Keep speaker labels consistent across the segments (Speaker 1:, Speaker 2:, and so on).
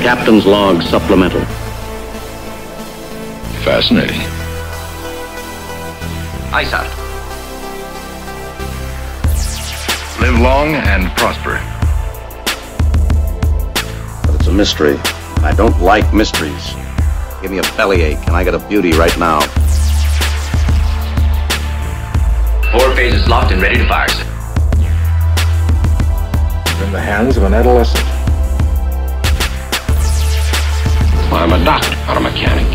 Speaker 1: Captain's Log Supplemental.
Speaker 2: Fascinating.
Speaker 3: Aye, sir.
Speaker 2: Live long and prosper.
Speaker 1: But it's a mystery. I don't like mysteries. Give me a bellyache, and I got a beauty right now.
Speaker 3: Four phases locked and ready to fire, sir.
Speaker 4: In the hands of an adolescent.
Speaker 2: I'm a doctor, not a mechanic.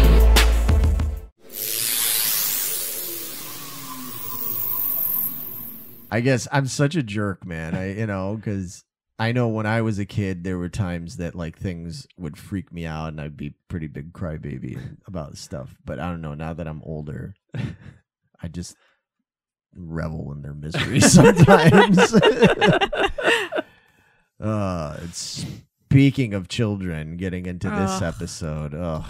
Speaker 5: I guess I'm such a jerk, man. I you know because I know when I was a kid, there were times that like things would freak me out, and I'd be pretty big crybaby about stuff. But I don't know now that I'm older, I just revel in their misery sometimes. uh, it's- speaking of children, getting into this
Speaker 6: Ugh.
Speaker 5: episode, oh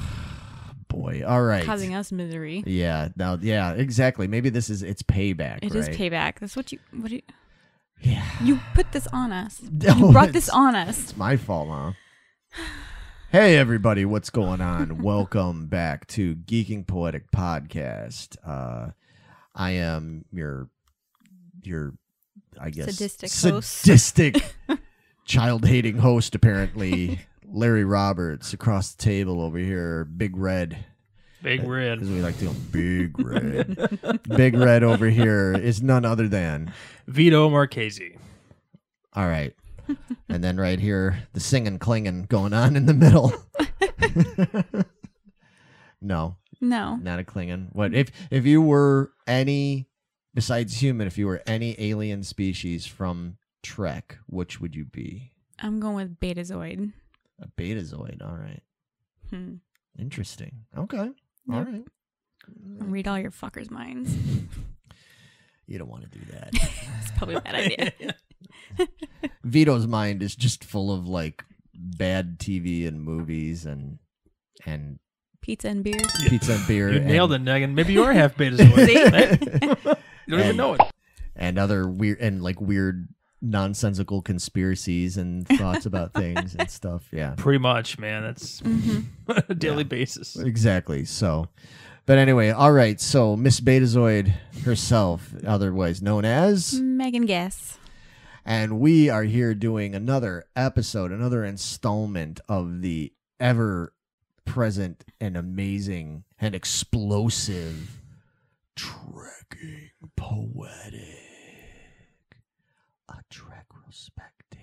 Speaker 5: boy, all right.
Speaker 6: Causing us misery.
Speaker 5: yeah, now, yeah, exactly. Maybe this is it's payback.
Speaker 6: It is
Speaker 5: right?
Speaker 6: payback. That's what you. What do you?
Speaker 5: Yeah.
Speaker 6: You put this on us.
Speaker 5: No,
Speaker 6: You brought this
Speaker 5: it's-
Speaker 6: on us.
Speaker 5: It's my fault, huh? Hey, everybody, what's going on? Welcome back to Geeking Poetic Podcast. Uh, I am your, your, I guess,
Speaker 6: Sadistic host.
Speaker 5: sadistic, child hating host, apparently. Larry Roberts across the table over here, Big Red,
Speaker 7: Big red.
Speaker 5: as we like to call him, Big Red. Big Red over here is none other than
Speaker 7: Vito Marchese.
Speaker 5: All right. and then right here, the singing, clinging going on in the middle. no,
Speaker 6: No.
Speaker 5: not a clinging. What if if you were any besides human? If you were any alien species from Trek, which would you be?
Speaker 6: I'm going with Betazoid.
Speaker 5: A betazoid. All right.
Speaker 6: Hmm.
Speaker 5: Interesting. Okay. All
Speaker 6: Yep.
Speaker 5: right.
Speaker 6: Read all your fuckers' minds.
Speaker 5: You don't want to do that.
Speaker 6: It's probably a bad idea.
Speaker 5: Vito's mind is just full of like bad TV and movies and and
Speaker 6: Pizza and beer.
Speaker 5: pizza and beer.
Speaker 7: You
Speaker 5: and-
Speaker 7: nailed it, Negan. Maybe you are half betazoid. you don't even
Speaker 5: And-
Speaker 7: know it.
Speaker 5: and other weird and like weird nonsensical conspiracies and thoughts about things and stuff. Yeah.
Speaker 7: Pretty much, man. That's
Speaker 6: Mm-hmm.
Speaker 7: a daily basis.
Speaker 5: Exactly. So but anyway, all right. So Miss Betazoid herself, otherwise known as,
Speaker 6: Megan Guess.
Speaker 5: and we are here doing another episode, another installment of the ever present and amazing and explosive trekking poetic a trek respective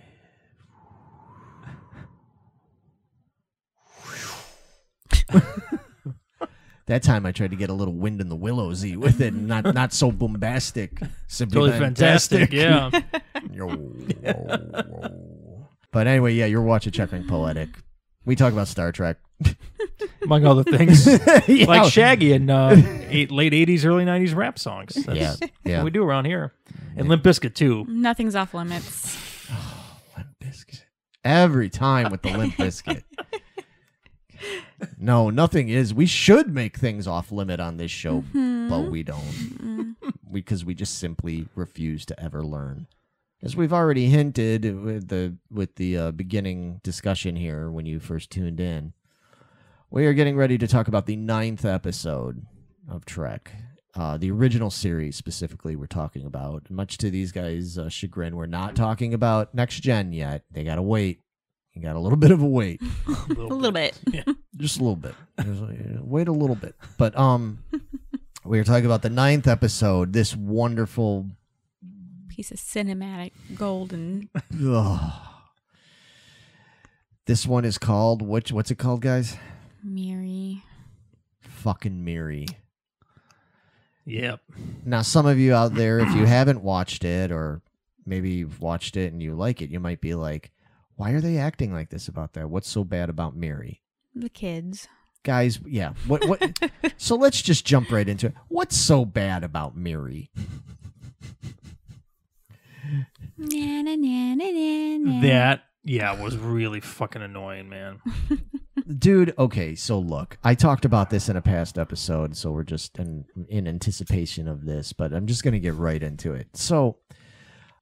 Speaker 5: that time i tried to get a little wind in the willows with it and not not so bombastic simply
Speaker 7: Totally fantastic. Yeah.
Speaker 5: Yo, whoa, whoa. but anyway yeah you're watching checkering poetic we talk about star trek
Speaker 7: Among other things.
Speaker 5: Yeah.
Speaker 7: Like Shaggy and uh, eight, late 80s, early 90s rap songs. That's
Speaker 5: yeah yeah
Speaker 7: what we do around here. And Limp Bizkit, too.
Speaker 6: Nothing's off limits.
Speaker 5: Limp Biscuit. Every time with the Limp Biscuit. no, nothing is. We should make things off limit on this show, but we don't. Because we just simply refuse to ever learn. As we've already hinted with the with the uh, beginning discussion here when you first tuned in, we are getting ready to talk about the ninth episode of Trek, uh, the original series specifically. We're talking about, much to these guys' uh, chagrin, we're not talking about next gen yet. They got to wait. You got a little bit of a wait,
Speaker 6: A little bit.
Speaker 5: just a little bit. There's a- uh, wait a little bit, but um, we are talking about the ninth episode. This wonderful
Speaker 6: Piece of cinematic gold and
Speaker 5: Ugh. This one is called which what's it called, guys?
Speaker 6: Mary.
Speaker 5: Fucking Miri.
Speaker 7: Yep.
Speaker 5: Now some of you out there, if you haven't watched it or maybe you've watched it and you like it, you might be like, Why are they acting like this about that? What's so bad about Miri?
Speaker 6: The kids.
Speaker 5: Guys, yeah. What what so let's just jump right into it. What's so bad about Miri?
Speaker 6: Na, na, na, na, na, na.
Speaker 7: That, yeah, was really fucking annoying, man.
Speaker 5: dude okay so look i talked about this in a past episode so we're just in in anticipation of this but i'm just gonna get right into it so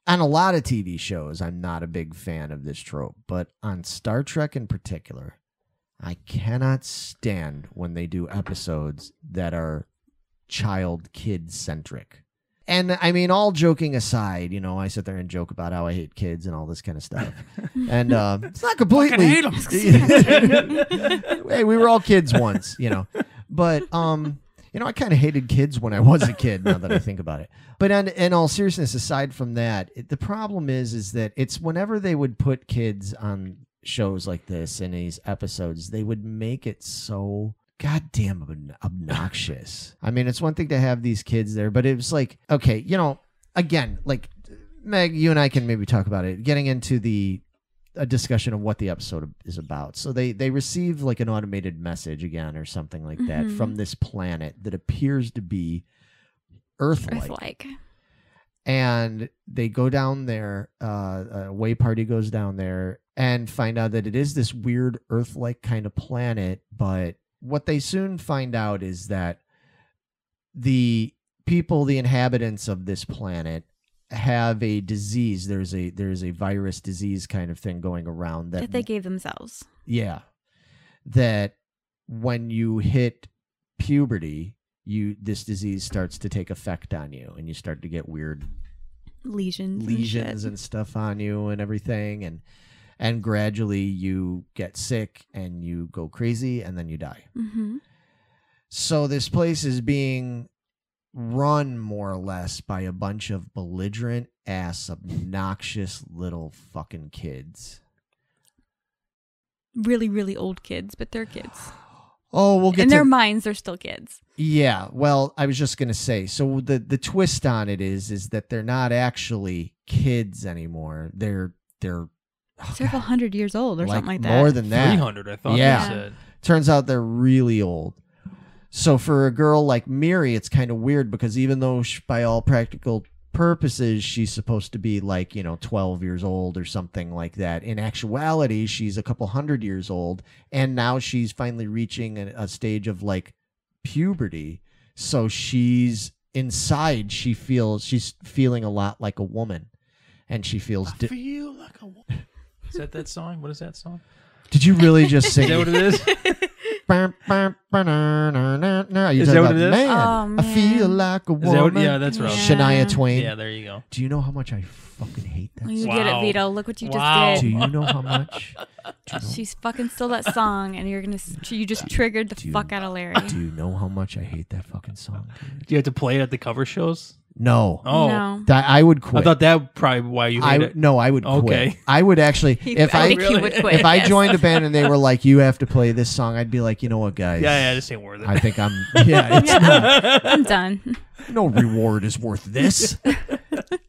Speaker 5: on a lot of tv shows i'm not a big fan of this trope but on star trek in particular I cannot stand when they do episodes that are child kid centric. And I mean, all joking aside, you know, I sit there and joke about how I hate kids and all this kind of stuff. and uh, it's not completely. hey, we were all kids once, you know. But um, you know, I kind of hated kids when I was a kid. Now that I think about it, but in, in all seriousness, aside from that, it, the problem is is that it's whenever they would put kids on shows like this in these episodes, they would make it so goddamn ob- obnoxious. I mean, it's one thing to have these kids there, but it was like, okay, you know, again, like Meg, you and I can maybe talk about it. Getting into the a discussion of what the episode is about. So they they receive like an automated message again or something like that
Speaker 6: Mhm.
Speaker 5: from this planet that appears to be Earth-like,
Speaker 6: Earth-like.
Speaker 5: and they go down there. Uh, a way party goes down there and find out that it is this weird Earth-like kind of planet. But what they soon find out is that the people, the inhabitants of this planet. Have a disease. There's a there's a virus disease kind of thing going around
Speaker 6: that they gave themselves.
Speaker 5: yeah. That when you hit puberty, you this disease starts to take effect on you and you start to get weird
Speaker 6: Lesions.
Speaker 5: lesions
Speaker 6: And
Speaker 5: and stuff on you and everything and and gradually you get sick and you go crazy and then you die.
Speaker 6: hmm
Speaker 5: So this place is being run more or less by a bunch of belligerent ass obnoxious little fucking kids.
Speaker 6: Really, really old kids, but they're kids.
Speaker 5: Oh, we'll get
Speaker 6: In
Speaker 5: to
Speaker 6: their minds, they're still kids.
Speaker 5: Yeah, well, I was just gonna say. So the the twist on it is is that they're not actually kids anymore. They're they're oh,
Speaker 6: Several
Speaker 5: God,
Speaker 6: hundred years old or
Speaker 5: like,
Speaker 6: something like that.
Speaker 5: more than that.
Speaker 7: 300, I thought you
Speaker 5: Yeah.
Speaker 7: said.
Speaker 5: Turns out they're really old. So for a girl like Miri, it's kind of weird because even though sh by all practical purposes she's supposed to be like you know 12 years old or something like that in actuality she's a couple hundred years old and now she's finally reaching a, a stage of like puberty so she's inside she feels she's feeling a lot like a woman and she feels di-
Speaker 7: feel like a woman. Is that that song? What is that song?
Speaker 5: did you really just sing
Speaker 7: Is that what it is?
Speaker 5: Bum, bum, ba-na-na-na-na. Are you
Speaker 7: Is
Speaker 5: talking
Speaker 7: that what
Speaker 5: about,
Speaker 7: it is?
Speaker 5: Man,
Speaker 6: Oh,
Speaker 5: I feel
Speaker 6: man.
Speaker 5: like a
Speaker 7: Is that
Speaker 5: woman.
Speaker 7: what, yeah, that's right.
Speaker 6: Yeah.
Speaker 5: Shania Twain.
Speaker 7: Yeah, there you go.
Speaker 5: Do you know how much I fucking hate that?
Speaker 6: You
Speaker 5: song?
Speaker 6: did
Speaker 7: Wow.
Speaker 6: it, Vito. Look what you
Speaker 7: Wow.
Speaker 6: just
Speaker 5: Do
Speaker 6: did.
Speaker 5: you know how much?
Speaker 6: She's fucking still that song, and you're gonna. s- You just triggered the
Speaker 5: Do-
Speaker 6: fuck out of Larry.
Speaker 5: Do you know how much I hate that fucking song? dude?
Speaker 7: Do you have to play it at the cover shows?
Speaker 5: No,
Speaker 7: Oh,
Speaker 6: No.
Speaker 5: That- I would
Speaker 7: I
Speaker 5: quit.
Speaker 7: thought that probably why you hate
Speaker 5: I
Speaker 7: it.
Speaker 5: no, I would quit.
Speaker 7: Okay.
Speaker 5: I would actually
Speaker 6: He-
Speaker 5: if
Speaker 6: I
Speaker 5: I
Speaker 6: think he would quit,
Speaker 5: if I
Speaker 6: yes.
Speaker 5: joined a band and they were like, "You have to play this song," I'd be like, "You know what, guys?
Speaker 7: Yeah, yeah, this ain't worth it.
Speaker 5: I think I'm. Yeah, it's not,
Speaker 6: I'm done.
Speaker 5: no reward is worth this.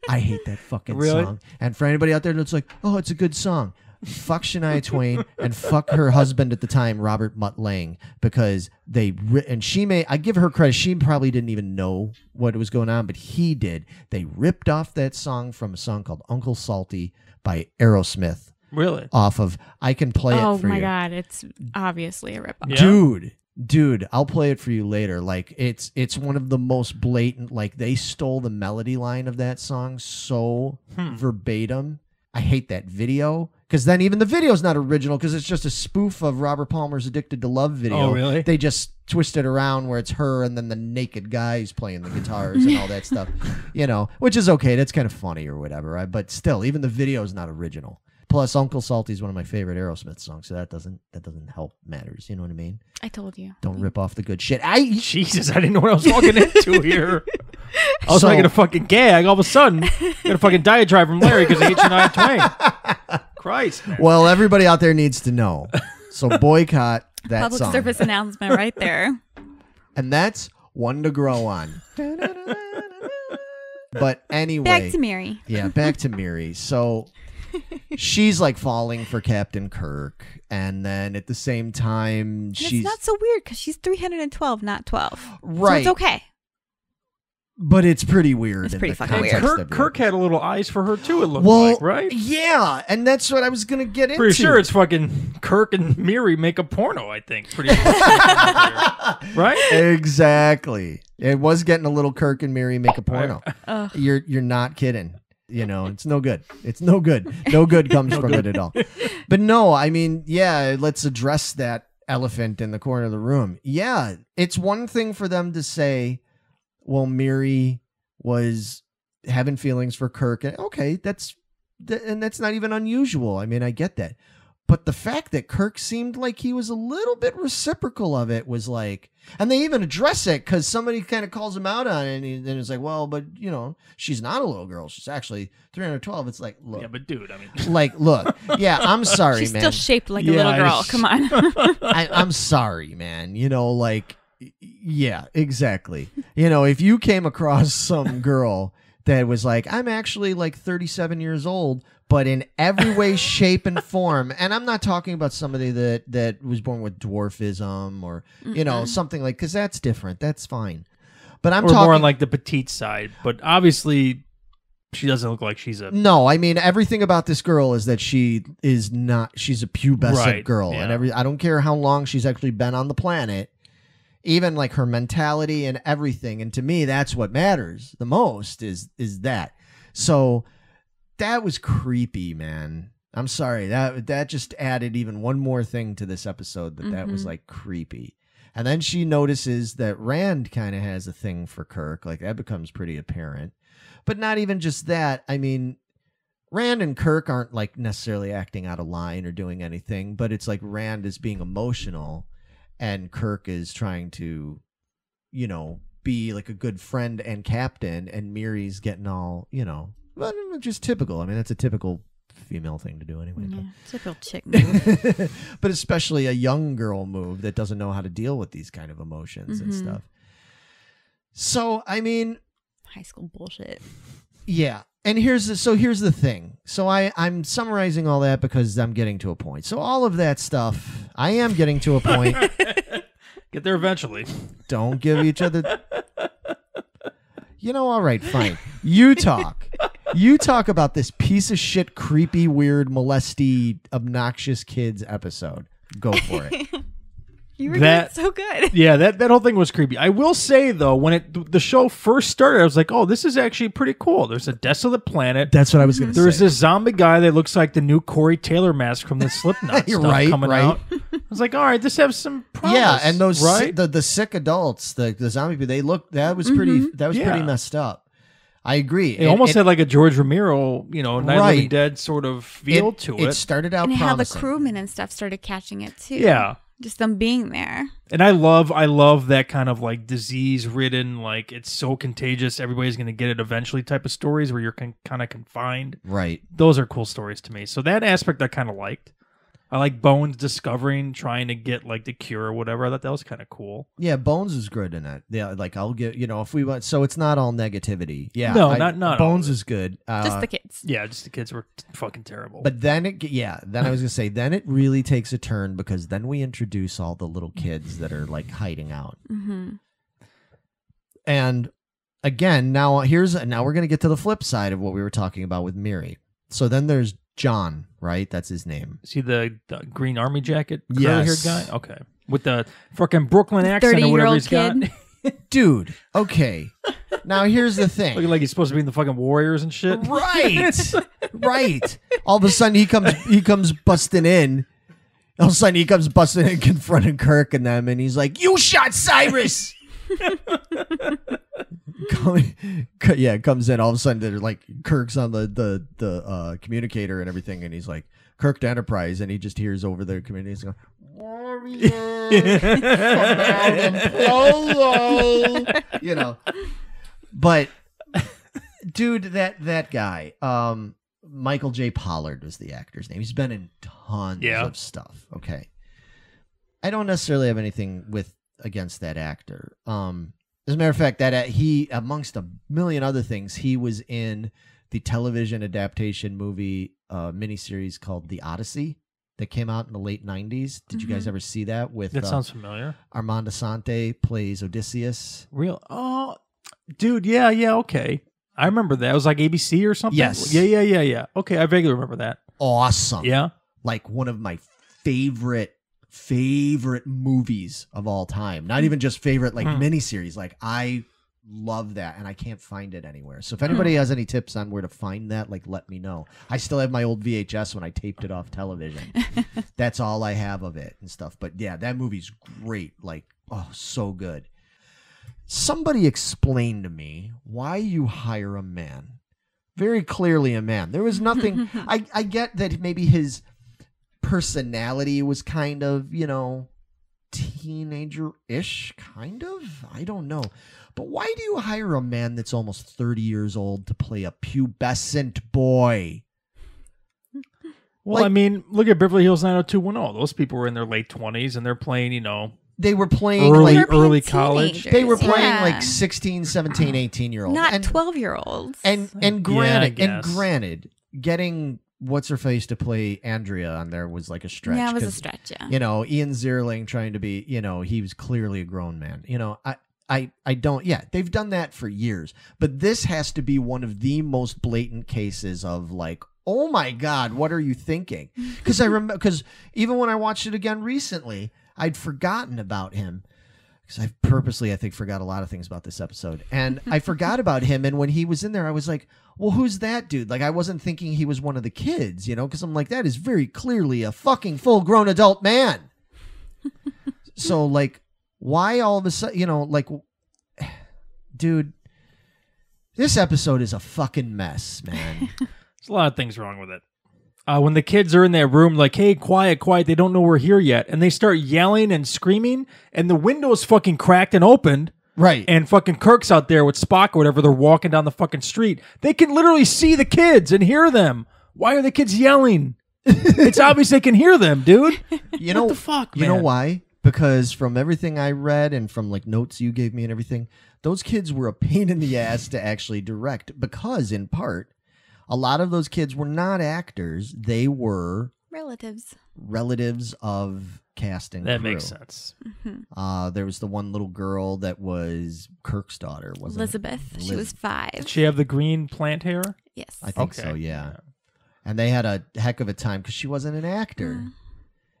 Speaker 5: I hate that fucking
Speaker 7: Really?
Speaker 5: song. And for anybody out there that's like, oh, it's a good song, fuck Shania Twain and fuck her husband at the time, Robert Mutt Lang, because they ri- and she may I give her credit. She probably didn't even know what was going on, but he did. They ripped off that song from a song called Uncle Salty by Aerosmith
Speaker 7: really?
Speaker 5: off of I Can Play It
Speaker 6: oh
Speaker 5: For
Speaker 6: my
Speaker 5: You
Speaker 6: god, it's obviously a ripoff.
Speaker 7: Yeah.
Speaker 5: dude dude i'll play it for you later like it's it's one of the most blatant like they stole the melody line of that song so
Speaker 7: Hmm.
Speaker 5: verbatim i hate that video because then even the video's not original because it's just a spoof of robert palmer's addicted to love video
Speaker 7: Oh, really?
Speaker 5: they just twist it around where it's her and then the naked guys playing the guitars and all that stuff you know which is okay that's kind of funny or whatever right? but still even the video's not original plus uncle salty is one of my favorite aerosmith songs so that doesn't that doesn't help matters you know what i mean
Speaker 6: I told you.
Speaker 5: don't rip off the good shit. I
Speaker 7: Jesus, I didn't know what I was walking into here. I was
Speaker 5: So-
Speaker 7: making a fucking gag. All of a sudden, I got a fucking diatribe from Larry because he hit Shania Twain. Christ. man.
Speaker 5: well, everybody out there needs to know. So boycott that
Speaker 6: Public
Speaker 5: song.
Speaker 6: service announcement right there.
Speaker 5: And that's one to grow on. but anyway,
Speaker 6: Back to Mary.
Speaker 5: yeah, back to Miri. So she's like falling for Captain Kirk, and then at the same time,
Speaker 6: And
Speaker 5: she's
Speaker 6: it's not so weird because she's 312, not 12. So
Speaker 5: right,
Speaker 6: it's okay.
Speaker 5: but it's pretty weird.
Speaker 6: It's
Speaker 5: in
Speaker 6: pretty
Speaker 5: the
Speaker 6: fucking
Speaker 7: And
Speaker 6: weird.
Speaker 5: context
Speaker 7: Kirk,
Speaker 5: of it.
Speaker 7: Kirk had a little eyes for her too. It looked
Speaker 5: well,
Speaker 7: like, right?
Speaker 5: Yeah, and that's what I was gonna get
Speaker 7: Pretty
Speaker 5: into.
Speaker 7: sure it's fucking Kirk and Miri make a porno. I think pretty much. right.
Speaker 5: exactly. It was getting a little Kirk and Mary make a porno.
Speaker 6: Ugh.
Speaker 5: You're you're not kidding. You know, it's no good. It's no good. No good comes from it at all. But no, I mean, yeah, let's address that elephant in the corner of the room. Yeah, it's one thing for them to say, "Well, Miri was having feelings for Kirk," and okay, that's th- and that's not even unusual. I mean, I get that, but the fact that Kirk seemed like he was a little bit reciprocal of it was like, and they even address it because somebody kind of calls him out on it, and, he, and it's like, "Well, but you know, she's not a little girl; she's actually 312." It's like, look.
Speaker 8: Yeah, but dude, I mean,
Speaker 5: like, look, yeah, I'm sorry,
Speaker 6: She's
Speaker 5: man.
Speaker 6: still shaped like a
Speaker 7: Yeah,
Speaker 6: little
Speaker 7: I-
Speaker 6: girl. Come on.
Speaker 5: I, I'm sorry, man. You know, like, y- yeah, exactly. You know, if you came across some girl that was like, I'm actually like 37 years old, but in every way, shape, and form, and I'm not talking about somebody that that was born with dwarfism or you know something like, because that's different. That's fine. But I'm
Speaker 7: We're
Speaker 5: talking
Speaker 7: more on like the petite side, but obviously she doesn't look like she's a.
Speaker 5: No, I mean everything about this girl is that she is not. She's a pubescent
Speaker 7: Right,
Speaker 5: girl, and
Speaker 7: yeah.
Speaker 5: every I don't care how long she's actually been on the planet, even like her mentality and everything. And to me, that's what matters the most is is that. So that was creepy, man. I'm sorry that that just added even one more thing to this episode that that was
Speaker 6: Mhm.
Speaker 5: like creepy. And then she notices that Rand kind of has a thing for Kirk. Like that becomes pretty apparent. But not even just that. I mean, Rand and Kirk aren't like necessarily acting out of line or doing anything, but it's like Rand is being emotional and Kirk is trying to, you know, be like a good friend and captain, and Miri's getting all, you know, well, just typical. I mean, that's a typical female thing to do anyway.
Speaker 6: yeah, typical chick move.
Speaker 5: but especially a young girl move that doesn't know how to deal with these kind of emotions and
Speaker 6: Mhm.
Speaker 5: stuff. So, I mean,
Speaker 6: High school bullshit.
Speaker 5: yeah. And here's the, so here's the thing. So I I'm summarizing all that because I'm getting to a point. So all of that stuff, I am getting to a point.
Speaker 7: Get there eventually.
Speaker 5: Don't give each other You know, all right, fine. You talk. You talk about this piece of shit creepy weird molesty obnoxious kids episode. Go for it.
Speaker 6: You were
Speaker 7: That-
Speaker 6: doing so good.
Speaker 7: Yeah, that, that whole thing was creepy. I will say though, when it the show first started, I was like, "Oh, this is actually pretty cool." There's a desolate planet.
Speaker 5: That's what I was going to say.
Speaker 7: There's this zombie guy that looks like the new Corey Taylor mask from the Slipknot
Speaker 5: You're
Speaker 7: stuff
Speaker 5: right,
Speaker 7: coming
Speaker 5: right.
Speaker 7: out. I was like, "All right, this has some promise."
Speaker 5: yeah, and those
Speaker 7: right.
Speaker 5: si- the the sick adults, the the zombie people, they looked that was pretty that was pretty
Speaker 7: Yeah.
Speaker 5: messed up. I agree.
Speaker 7: It, almost had like a George Romero, you know, Night of the Living
Speaker 5: Right.
Speaker 7: Dead sort of feel to it.
Speaker 5: It started out
Speaker 6: And how the
Speaker 5: promising.
Speaker 6: crewmen and stuff started catching it too.
Speaker 7: Yeah.
Speaker 6: Just them being there.
Speaker 7: And I love I love that kind of like disease ridden, like it's so contagious, everybody's gonna get it eventually type of stories where you're con- kind of confined.
Speaker 5: right.
Speaker 7: Those are cool stories to me. So that aspect I kind of liked. I like Bones discovering, trying to get like the cure or whatever. I thought that was kind of cool.
Speaker 5: Yeah, Bones is good in it. Yeah, like I'll give you know if we want. So it's not all negativity. Yeah,
Speaker 7: No,
Speaker 5: I-
Speaker 7: not- not all
Speaker 5: Bones
Speaker 7: of it.
Speaker 5: is good. Uh,
Speaker 6: Just the kids.
Speaker 7: Yeah, just the kids were t- fucking terrible.
Speaker 5: but then it, ge- yeah, then I was gonna say, then it really takes a turn because then we introduce all the little kids that are like hiding out,
Speaker 6: Mm-hmm.
Speaker 5: and again, now uh, here's now we're gonna get to the flip side of what we were talking about with Miri. So then there's John, right? That's his name.
Speaker 7: See the, the green army jacket, curly haired
Speaker 5: Yes.
Speaker 7: guy. Okay, with the fucking Brooklyn accent or
Speaker 6: 30-year-old
Speaker 7: whatever he's got.
Speaker 6: kid.
Speaker 5: Dude, okay. now here's the thing.
Speaker 7: Looking like he's supposed to be in the fucking Warriors and shit.
Speaker 5: Right. right. All of a sudden he comes he comes busting in. All of a sudden he comes busting in confronting Kirk and them and he's like, You shot Cyrus. Come- co- yeah, comes in. All of a sudden they're like Kirk's on the the the uh, communicator and everything, and he's like Kirk to Enterprise, and he just hears over the communicator he's going, Warrior come out and polo. You know. But dude that that guy um michael j pollard was the actor's name he's been in tons
Speaker 7: Yeah.
Speaker 5: of stuff okay i don't necessarily have anything with against that actor um as a matter of fact that uh, he amongst a million other things he was in the television adaptation movie uh miniseries called the odyssey that came out in the late 90s did you guys ever see that with
Speaker 7: Mm-hmm. That
Speaker 5: uh,
Speaker 7: sounds familiar.
Speaker 5: armand asante plays odysseus
Speaker 7: Real? Oh, dude. Yeah, yeah. Okay, I remember that. It was like ABC or something.
Speaker 5: Yes.
Speaker 7: Yeah, yeah, yeah, yeah. Okay, I vaguely remember that.
Speaker 5: awesome
Speaker 7: Yeah.
Speaker 5: like one of my favorite favorite movies of all time. Not even just favorite like
Speaker 7: Hmm.
Speaker 5: miniseries. Like I love that, and I can't find it anywhere. So if anybody has any tips on where to find that, like let me know. I still have my old VHS when I taped it off television. That's all I have of it and stuff. But yeah, that movie's great. Like, oh, so good. Somebody explain to me why you hire a man. Very clearly a man. There was nothing I, I get that maybe his personality was kind of, you know, teenager ish, kind of. I don't know. But why do you hire a man that's almost 30 years old to play a pubescent boy?
Speaker 7: Well,
Speaker 5: Like-
Speaker 7: I mean, look at Beverly Hills 90210. Those people were in their late 20s and they're playing, you know,
Speaker 5: They were playing
Speaker 7: Early-
Speaker 5: like
Speaker 7: early college.
Speaker 5: they were playing
Speaker 6: Yeah. Ah.
Speaker 5: like 16, 17, 18 year old.
Speaker 6: not
Speaker 5: and,
Speaker 6: twelve year olds.
Speaker 5: And and
Speaker 7: Yeah, I
Speaker 5: granted, and
Speaker 7: guess.
Speaker 5: granted, getting what's her face to play Andrea on there was like a stretch.
Speaker 6: yeah, it was a
Speaker 5: 'cause,
Speaker 6: stretch. Yeah,
Speaker 5: You know, Ian Zierling trying to be, you know, he was clearly a grown man. You know, I. I, I don't yeah they've done that for years but this has to be one of the most blatant cases of like oh my god what are you thinking because I remember because even when I watched it again recently, I'd forgotten about him because I purposely I think forgot a lot of things about this episode, and I forgot about him. And when he was in there, I was like, "Well, who's that dude?" Like I wasn't thinking he was one of the kids, you know, because I'm like, that is very clearly a fucking full grown adult man. so like, why all of a sudden, you know, like, dude. This episode is a fucking mess, man.
Speaker 7: there's a lot of things wrong with it. Uh, when the kids are in that room, like, hey, quiet, quiet, they don't know we're here yet. And they start yelling and screaming, and the window's fucking cracked and opened.
Speaker 5: right.
Speaker 7: And fucking Kirk's out there with Spock or whatever. They're walking down the fucking street. They can literally see the kids and hear them. Why are the kids yelling? it's obvious they can hear them, dude.
Speaker 5: you know
Speaker 7: the fuck,
Speaker 5: you know
Speaker 7: man?
Speaker 5: why because from everything i read and from like notes you gave me and everything those kids were a pain in the ass to actually direct because in part a lot of those kids were not actors they were
Speaker 6: relatives.
Speaker 5: relatives of cast and
Speaker 7: That
Speaker 5: crew.
Speaker 7: makes sense.
Speaker 5: uh there was the one little girl that was kirk's daughter was
Speaker 6: Elizabeth. She was five.
Speaker 7: Did she have the green plant hair?
Speaker 6: yes.
Speaker 5: I think so,
Speaker 7: Okay.
Speaker 5: yeah. And they had a heck of a time because she wasn't an actor.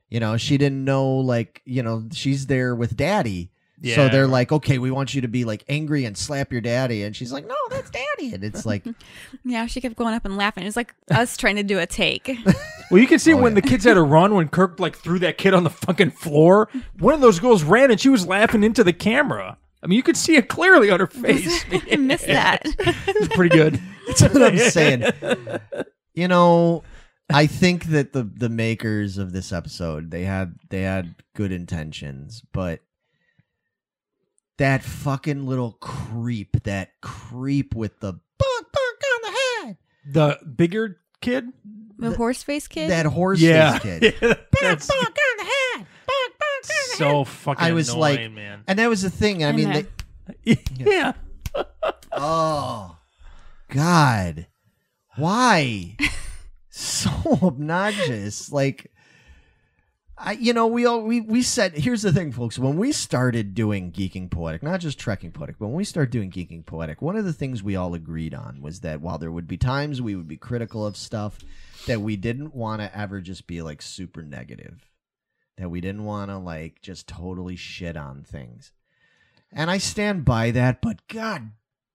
Speaker 5: You know, she didn't know, like, you know, she's there with daddy. So
Speaker 7: Yeah.
Speaker 5: they're like, okay, we want you to be like angry and slap your daddy. And she's like, no, that's daddy. And it's like,
Speaker 6: yeah, she kept going up and laughing. It's like us trying to do a take.
Speaker 7: Well, you can see
Speaker 5: Oh,
Speaker 7: when
Speaker 5: yeah.
Speaker 7: the kids had a run when Kirk like threw that kid on the fucking floor. One of those girls ran and she was laughing into the camera. I mean, you could see it clearly on her face.
Speaker 6: I missed that.
Speaker 7: It's pretty good.
Speaker 5: that's what I'm saying. You know, I think that the the makers of this episode they had they had good intentions, but that fucking little creep, that creep with the bonk bonk on the head.
Speaker 7: The bigger kid.
Speaker 6: The horse face kid.
Speaker 5: that horse
Speaker 7: yeah.
Speaker 5: kid.
Speaker 7: That's so fucking.
Speaker 5: I was
Speaker 7: annoying,
Speaker 5: like-
Speaker 7: man.
Speaker 5: And that was the thing. I
Speaker 6: I
Speaker 5: mean,
Speaker 6: know.
Speaker 5: they,
Speaker 7: yeah.
Speaker 5: oh God, why so obnoxious? Like, I you know we all we we said here's the thing, folks. When we started doing geeking poetic, not just trekking poetic, but when we started doing geeking poetic, one of the things we all agreed on was that while there would be times we would be critical of stuff, that we didn't want to ever just be like super negative. That we didn't want to like just totally shit on things. And I stand by that, but god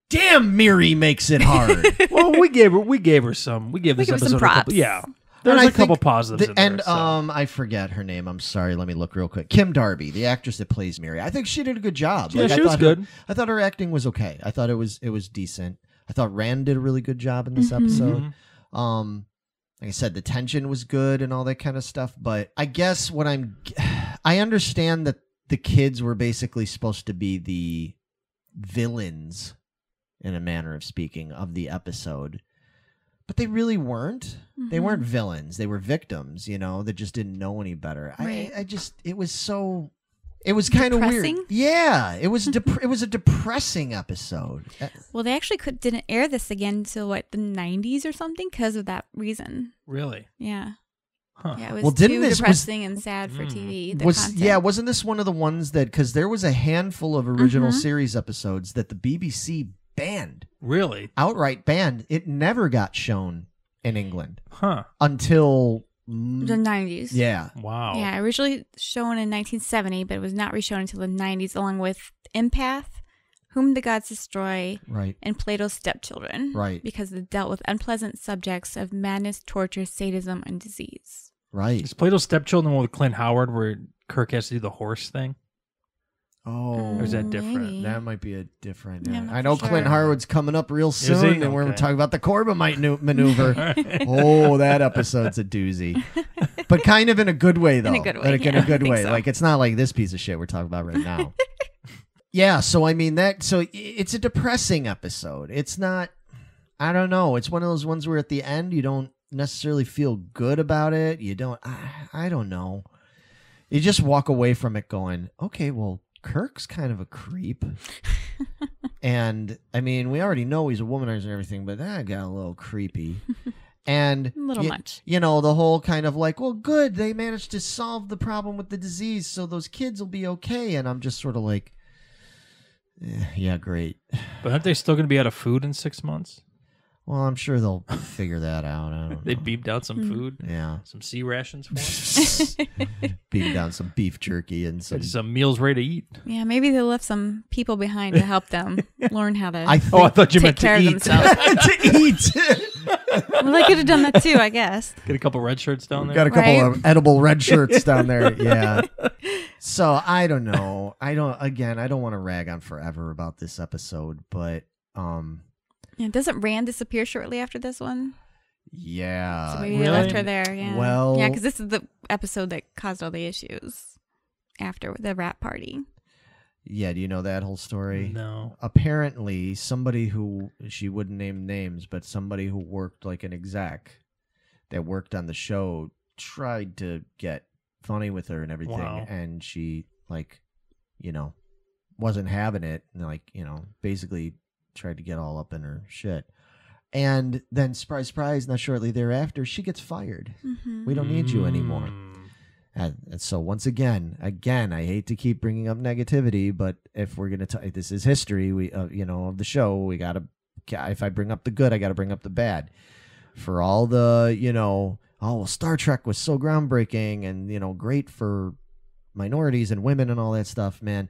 Speaker 5: damn Miri makes it hard.
Speaker 7: Well, we gave her. We gave her some. We gave
Speaker 6: We
Speaker 7: this
Speaker 6: gave her
Speaker 7: episode
Speaker 6: some
Speaker 7: a couple-
Speaker 6: props.
Speaker 7: yeah. There's
Speaker 5: And I
Speaker 7: a couple
Speaker 5: think
Speaker 7: positives
Speaker 5: the-
Speaker 7: in there.
Speaker 5: and
Speaker 7: so.
Speaker 5: um I forget her name. I'm sorry, let me look real quick. Kim Darby, the actress that plays Miri. I think she did a good job.
Speaker 7: yeah,
Speaker 5: Like,
Speaker 7: she
Speaker 5: I
Speaker 7: was
Speaker 5: thought her-
Speaker 7: good.
Speaker 5: I thought her acting was okay. I thought it was it was decent. I thought Rand did a really good job in this
Speaker 6: Mhm.
Speaker 5: episode.
Speaker 7: Mhm.
Speaker 5: um like i said the tension was good and all that kind of stuff but i guess what i'm i understand that the kids were basically supposed to be the villains in a manner of speaking of the episode but they really weren't they
Speaker 6: Mhm.
Speaker 5: weren't villains they were victims you know that just didn't know any better
Speaker 6: Right.
Speaker 5: I, I just it was so it was kind of weird
Speaker 6: Depressing?
Speaker 5: yeah it was dep- it was a depressing episode Uh,
Speaker 6: Well, they actually could, didn't air this again until what the '90s or something because of that reason.
Speaker 7: Really.
Speaker 6: Yeah,
Speaker 7: Huh.
Speaker 6: yeah, it was
Speaker 5: Well, didn't
Speaker 6: too
Speaker 5: this- was-
Speaker 6: depressing and sad for
Speaker 7: Mm.
Speaker 6: TV. The
Speaker 5: was
Speaker 6: content.
Speaker 5: yeah wasn't this one of the ones that because there was a handful of original
Speaker 6: Mhm.
Speaker 5: series episodes that the bbc banned
Speaker 7: Really.
Speaker 5: outright banned it never got shown in england
Speaker 7: Huh.
Speaker 5: until
Speaker 6: the '90s.
Speaker 5: Mm. yeah
Speaker 7: Wow.
Speaker 6: Yeah, originally shown in 1970, but it was not reshown until the 90s, along with Empath, whom the gods destroy,
Speaker 5: Right.
Speaker 6: and Plato's stepchildren.
Speaker 5: Right.
Speaker 6: Because it dealt with unpleasant subjects of madness, torture, sadism, and disease.
Speaker 5: Right.
Speaker 7: Is Plato's stepchildren one with Clint Howard where Kirk has to do the horse thing?
Speaker 5: Oh,
Speaker 7: Or is that different?
Speaker 6: Maybe.
Speaker 5: That might be a different.
Speaker 6: Mm-hmm. Yeah,
Speaker 5: uh,
Speaker 6: I'm not
Speaker 5: I know
Speaker 6: for
Speaker 5: Clint
Speaker 6: sure.
Speaker 5: Harwood's coming up real soon,
Speaker 7: he?
Speaker 5: and we're
Speaker 7: Okay.
Speaker 5: talking about the Corbomite nu- maneuver. oh, that episode's a doozy, but kind of in a good way though.
Speaker 6: a good way,
Speaker 5: Like in
Speaker 6: yeah,
Speaker 5: a good
Speaker 6: I think
Speaker 5: way.
Speaker 6: so.
Speaker 5: Like it's not like this piece of shit we're talking about right now. yeah. So I mean that. So i- it's a depressing episode. It's not. I don't know. It's one of those ones where at the end you don't necessarily feel good about it. You don't. I, I don't know. You just walk away from it going, okay, well, Kirk's kind of a creep. and I mean, we already know he's a womanizer and everything, but that got a little creepy. And
Speaker 6: A little
Speaker 5: you,
Speaker 6: much.
Speaker 5: you know, the whole kind of like, well, good, they managed to solve the problem with the disease, so those kids will be okay. And I'm just sort of like, eh, yeah, great.
Speaker 7: But aren't they still going to be out of food in six months?
Speaker 5: Well, I'm sure they'll figure that out. I don't
Speaker 7: They
Speaker 5: know.
Speaker 7: beeped out
Speaker 6: Mm.
Speaker 7: some food,
Speaker 5: Mm. yeah.
Speaker 7: some sea rations for us.
Speaker 5: Beating down some beef jerky and some.
Speaker 7: some meals ready to eat.
Speaker 6: Yeah, maybe they left some people behind to help them learn how to
Speaker 5: I think
Speaker 7: Oh, I thought you
Speaker 6: take
Speaker 7: meant
Speaker 6: care
Speaker 7: to
Speaker 6: of
Speaker 7: eat.
Speaker 6: themselves.
Speaker 5: to eat.
Speaker 6: well, they could have done that too, I guess.
Speaker 7: Get a couple red shirts down there.
Speaker 5: Got a couple
Speaker 6: Right?
Speaker 5: of edible red shirts down there. Yeah. So I don't know. I don't. Again, I don't want to rag on forever about this episode, but um,
Speaker 6: Yeah, doesn't Rand disappear shortly after this one?
Speaker 5: yeah.
Speaker 6: So maybe they
Speaker 7: really?
Speaker 6: left her there. Yeah.
Speaker 5: Uh, Well-
Speaker 6: yeah, because this is the episode that caused all the issues after the rat party.
Speaker 5: Yeah. Do you know that whole story?
Speaker 7: No.
Speaker 5: Apparently, somebody who she wouldn't name names, but somebody who worked like an exec that worked on the show tried to get funny with her and everything,
Speaker 7: Wow.
Speaker 5: and she like, you know, wasn't having it, and like, you know, basically tried to get all up in her shit. And then, surprise, surprise! Not shortly thereafter, she gets fired.
Speaker 6: Mm-hmm.
Speaker 5: We don't need you anymore.
Speaker 7: Mm.
Speaker 5: And, and so once again, again, I hate to keep bringing up negativity, but if we're gonna, t- this is history. We, uh, you know, of the show, we gotta. If I bring up the good, I gotta bring up the bad. For all the, you know, oh, well, Star Trek was so groundbreaking and you know, great for minorities and women and all that stuff, man.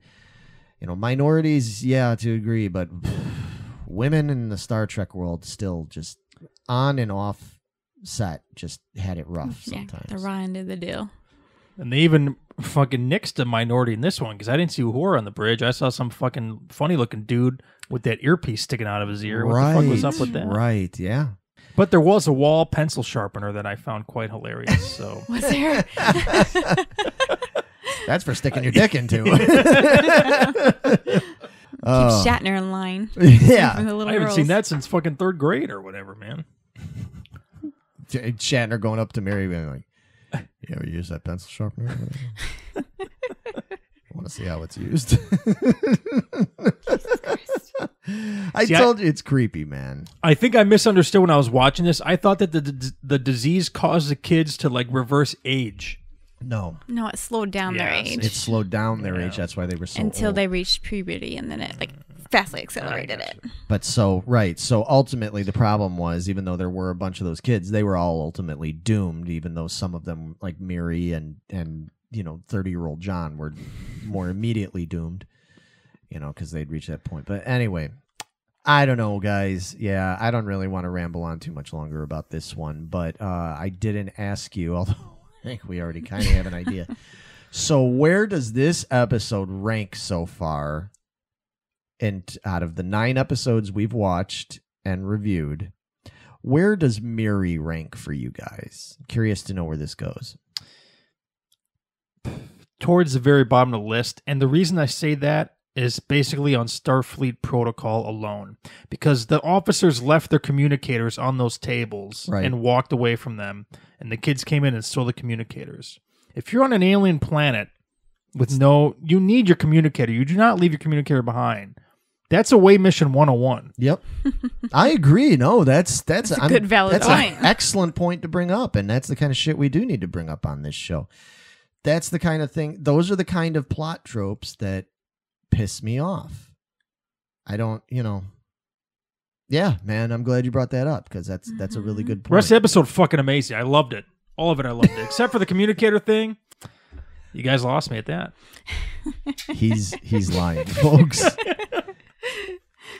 Speaker 5: You know, minorities, yeah, to agree, but women in the Star Trek world still just on and off set just had it rough
Speaker 6: Yeah,
Speaker 5: sometimes.
Speaker 6: the Ryan did the deal.
Speaker 7: And they even fucking nixed a minority in this one because I didn't see whore on the bridge. I saw some fucking funny looking dude with that earpiece sticking out of his ear. What the fuck was up with that?
Speaker 5: Right, yeah.
Speaker 7: But there was a wall pencil sharpener that I found quite hilarious. So
Speaker 6: Was there?
Speaker 5: That's for sticking your dick into. Oh.
Speaker 6: Keep Shatner in line.
Speaker 5: yeah.
Speaker 6: With the little
Speaker 7: I haven't
Speaker 6: girls.
Speaker 7: seen that since fucking third grade or whatever, man.
Speaker 5: J- Shatner going up to Mary being like, You ever use that pencil sharpener? I want to see how it's used. I
Speaker 7: See, I-
Speaker 5: told you it's creepy, man.
Speaker 7: I think I misunderstood when I was watching this. I thought that the d- the disease caused the kids to like reverse age.
Speaker 5: No.
Speaker 6: No, it slowed down their
Speaker 7: Yes,
Speaker 6: age
Speaker 5: It slowed down their age. That's why they were so
Speaker 6: until
Speaker 5: old.
Speaker 6: they reached puberty, and then it like fastly accelerated it.
Speaker 5: But so right, so ultimately the problem was, even though there were a bunch of those kids, they were all ultimately doomed. Even though some of them, like Miri and and you know thirty year old John, were more immediately doomed, you know, because they'd reached that point. But anyway, I don't know, guys. Yeah, I don't really want to ramble on too much longer about this one, but uh, I didn't ask you, although I think we already kind of have an idea. So where does this episode rank so far? And out of the nine episodes we've watched and reviewed, where does Miri rank for you guys? Curious to know where this goes.
Speaker 7: towards the very bottom of the list. And the reason I say that is basically on Starfleet protocol alone, because the officers left their communicators on those tables
Speaker 5: Right.
Speaker 7: and walked away from them, and the kids came in and stole the communicators. If you're on an alien planet with no, you need your communicator. You do not leave your communicator behind. That's away mission 101.
Speaker 5: Yep, I agree. No, that's that's,
Speaker 6: That's a
Speaker 5: I'm-
Speaker 6: good valid
Speaker 5: that's
Speaker 6: point.
Speaker 5: An excellent point to bring up, and that's the kind of shit we do need to bring up on this show. That's the kind of thing. Those are the kind of plot tropes that piss me off. I don't, you know. Yeah, man, I'm glad you brought that up because that's that's a really
Speaker 6: Mm-hmm.
Speaker 5: good point.
Speaker 7: Rest of the episode fucking amazing. I loved it. All of it I loved it. Except for the communicator thing. You guys lost me at that.
Speaker 5: He's he's lying, folks.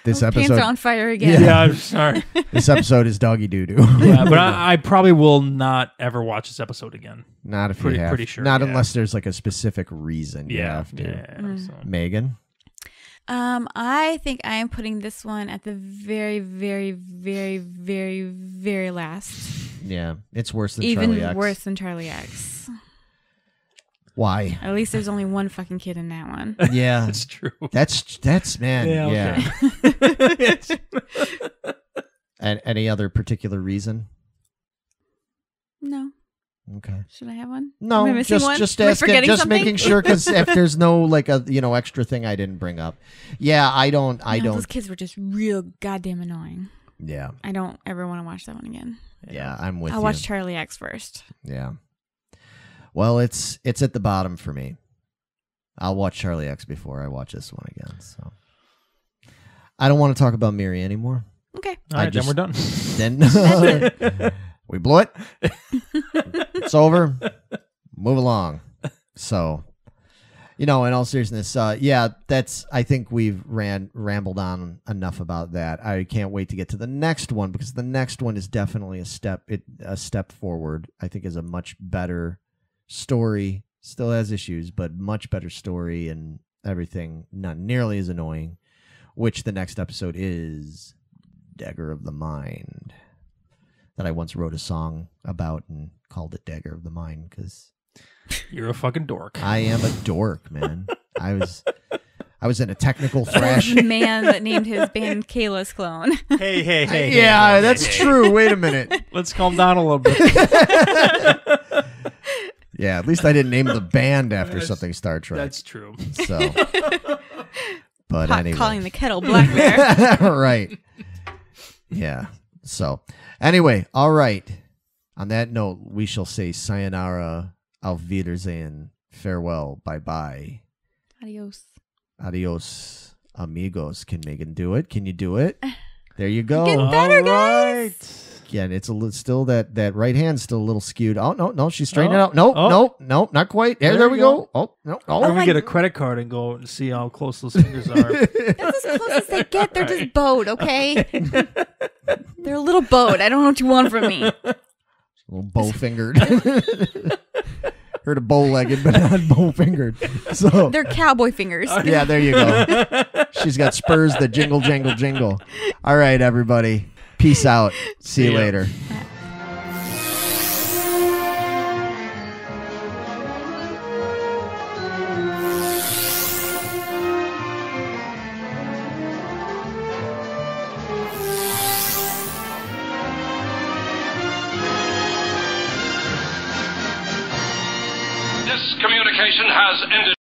Speaker 5: This
Speaker 6: Those pants
Speaker 5: episode,
Speaker 6: are on fire again.
Speaker 7: Yeah, I'm sorry.
Speaker 5: this episode is doggy doo doo.
Speaker 7: Yeah, but I, I probably will not ever watch this episode again.
Speaker 5: Not if
Speaker 7: Pretty-
Speaker 5: you have.
Speaker 7: pretty sure,
Speaker 5: Not
Speaker 7: yeah.
Speaker 5: unless there's like a specific reason you
Speaker 7: Yeah,
Speaker 5: have to.
Speaker 7: yeah.
Speaker 6: Mm.
Speaker 7: so.
Speaker 5: Megan,
Speaker 6: Um, I think I am putting this one at the very, very, very, very, very last.
Speaker 5: yeah, it's worse than
Speaker 6: Even
Speaker 5: Charlie X.
Speaker 6: worse than Charlie X.
Speaker 5: Why?
Speaker 6: At least there's only one fucking kid in that one.
Speaker 5: Yeah,
Speaker 7: It's true.
Speaker 5: that's that's man. Yeah.
Speaker 7: Yeah,
Speaker 5: And any other particular reason?
Speaker 6: No.
Speaker 5: Okay.
Speaker 6: Should I have one?
Speaker 5: No,
Speaker 6: Am I missing
Speaker 5: just
Speaker 6: one?
Speaker 5: just
Speaker 6: Am I
Speaker 5: asking,
Speaker 6: forgetting
Speaker 5: just
Speaker 6: something?
Speaker 5: making sure because if there's no like a you know extra thing I didn't bring up, yeah, I don't, I
Speaker 6: No, Those
Speaker 5: don't,
Speaker 6: kids were just real goddamn annoying.
Speaker 5: yeah,
Speaker 6: I don't ever want to watch that one again.
Speaker 5: yeah, I'm with
Speaker 6: I'll
Speaker 5: you.
Speaker 6: watch Charlie X first.
Speaker 5: yeah. Well, it's it's at the bottom for me. I'll watch Charlie X before I watch this one again. So I don't want to talk about Miri anymore.
Speaker 6: Okay.
Speaker 7: All
Speaker 5: I
Speaker 7: right,
Speaker 5: just-
Speaker 7: then we're done.
Speaker 5: Then we blew it. it's over. Move along. So, you know, in all seriousness, uh, yeah, that's. I think we've ran rambled on enough about that. I can't wait to get to the next one because the next one is definitely a step it a step forward. I think is a much better story. Still has issues, but much better story and everything. Not nearly as annoying. Which the next episode is Dagger of the Mind that I once wrote a song about and called it Dagger of the Mind because
Speaker 7: You're a fucking dork.
Speaker 5: I am a dork, man. I was I was in a technical thrash.
Speaker 6: man that named his band Kayla's clone.
Speaker 7: hey, hey, hey.
Speaker 5: yeah, that's true. Wait a minute.
Speaker 7: Let's calm down a little bit.
Speaker 5: Yeah, at least I didn't name the band after something Star Trek.
Speaker 7: That's true.
Speaker 5: So, but
Speaker 6: Pot
Speaker 5: anyway,
Speaker 6: calling the kettle black there.
Speaker 5: right. Yeah. So, anyway, all right. On that note, we shall say sayonara, auf Wiedersehen, farewell, bye bye.
Speaker 6: Adios.
Speaker 5: Adios, amigos. Can Megan do it? Can you do it? There you go.
Speaker 6: Getting
Speaker 5: Again,
Speaker 6: better,
Speaker 7: All right.
Speaker 5: it's a little still that that right hand's still a little skewed. Oh no, no, she's straightening
Speaker 7: Oh,
Speaker 5: out. Nope,
Speaker 7: oh.
Speaker 5: nope, nope, not quite. There, there,
Speaker 7: There
Speaker 5: we
Speaker 7: we
Speaker 5: go. Oh no, oh.
Speaker 7: We're
Speaker 6: my-
Speaker 7: gonna get a credit card and go and see how close those fingers are.
Speaker 6: That's as close as they get. They're just bowed, okay? They're a little bowed. I don't know what you want from me.
Speaker 5: little bow fingered. Heard a bow legged, but not bow fingered. So
Speaker 6: They're cowboy fingers.
Speaker 5: yeah, there you go. She's got spurs that jingle, jangle, jingle. All right, everybody. Peace out. See you
Speaker 7: See ya.
Speaker 5: later.
Speaker 2: This communication has ended.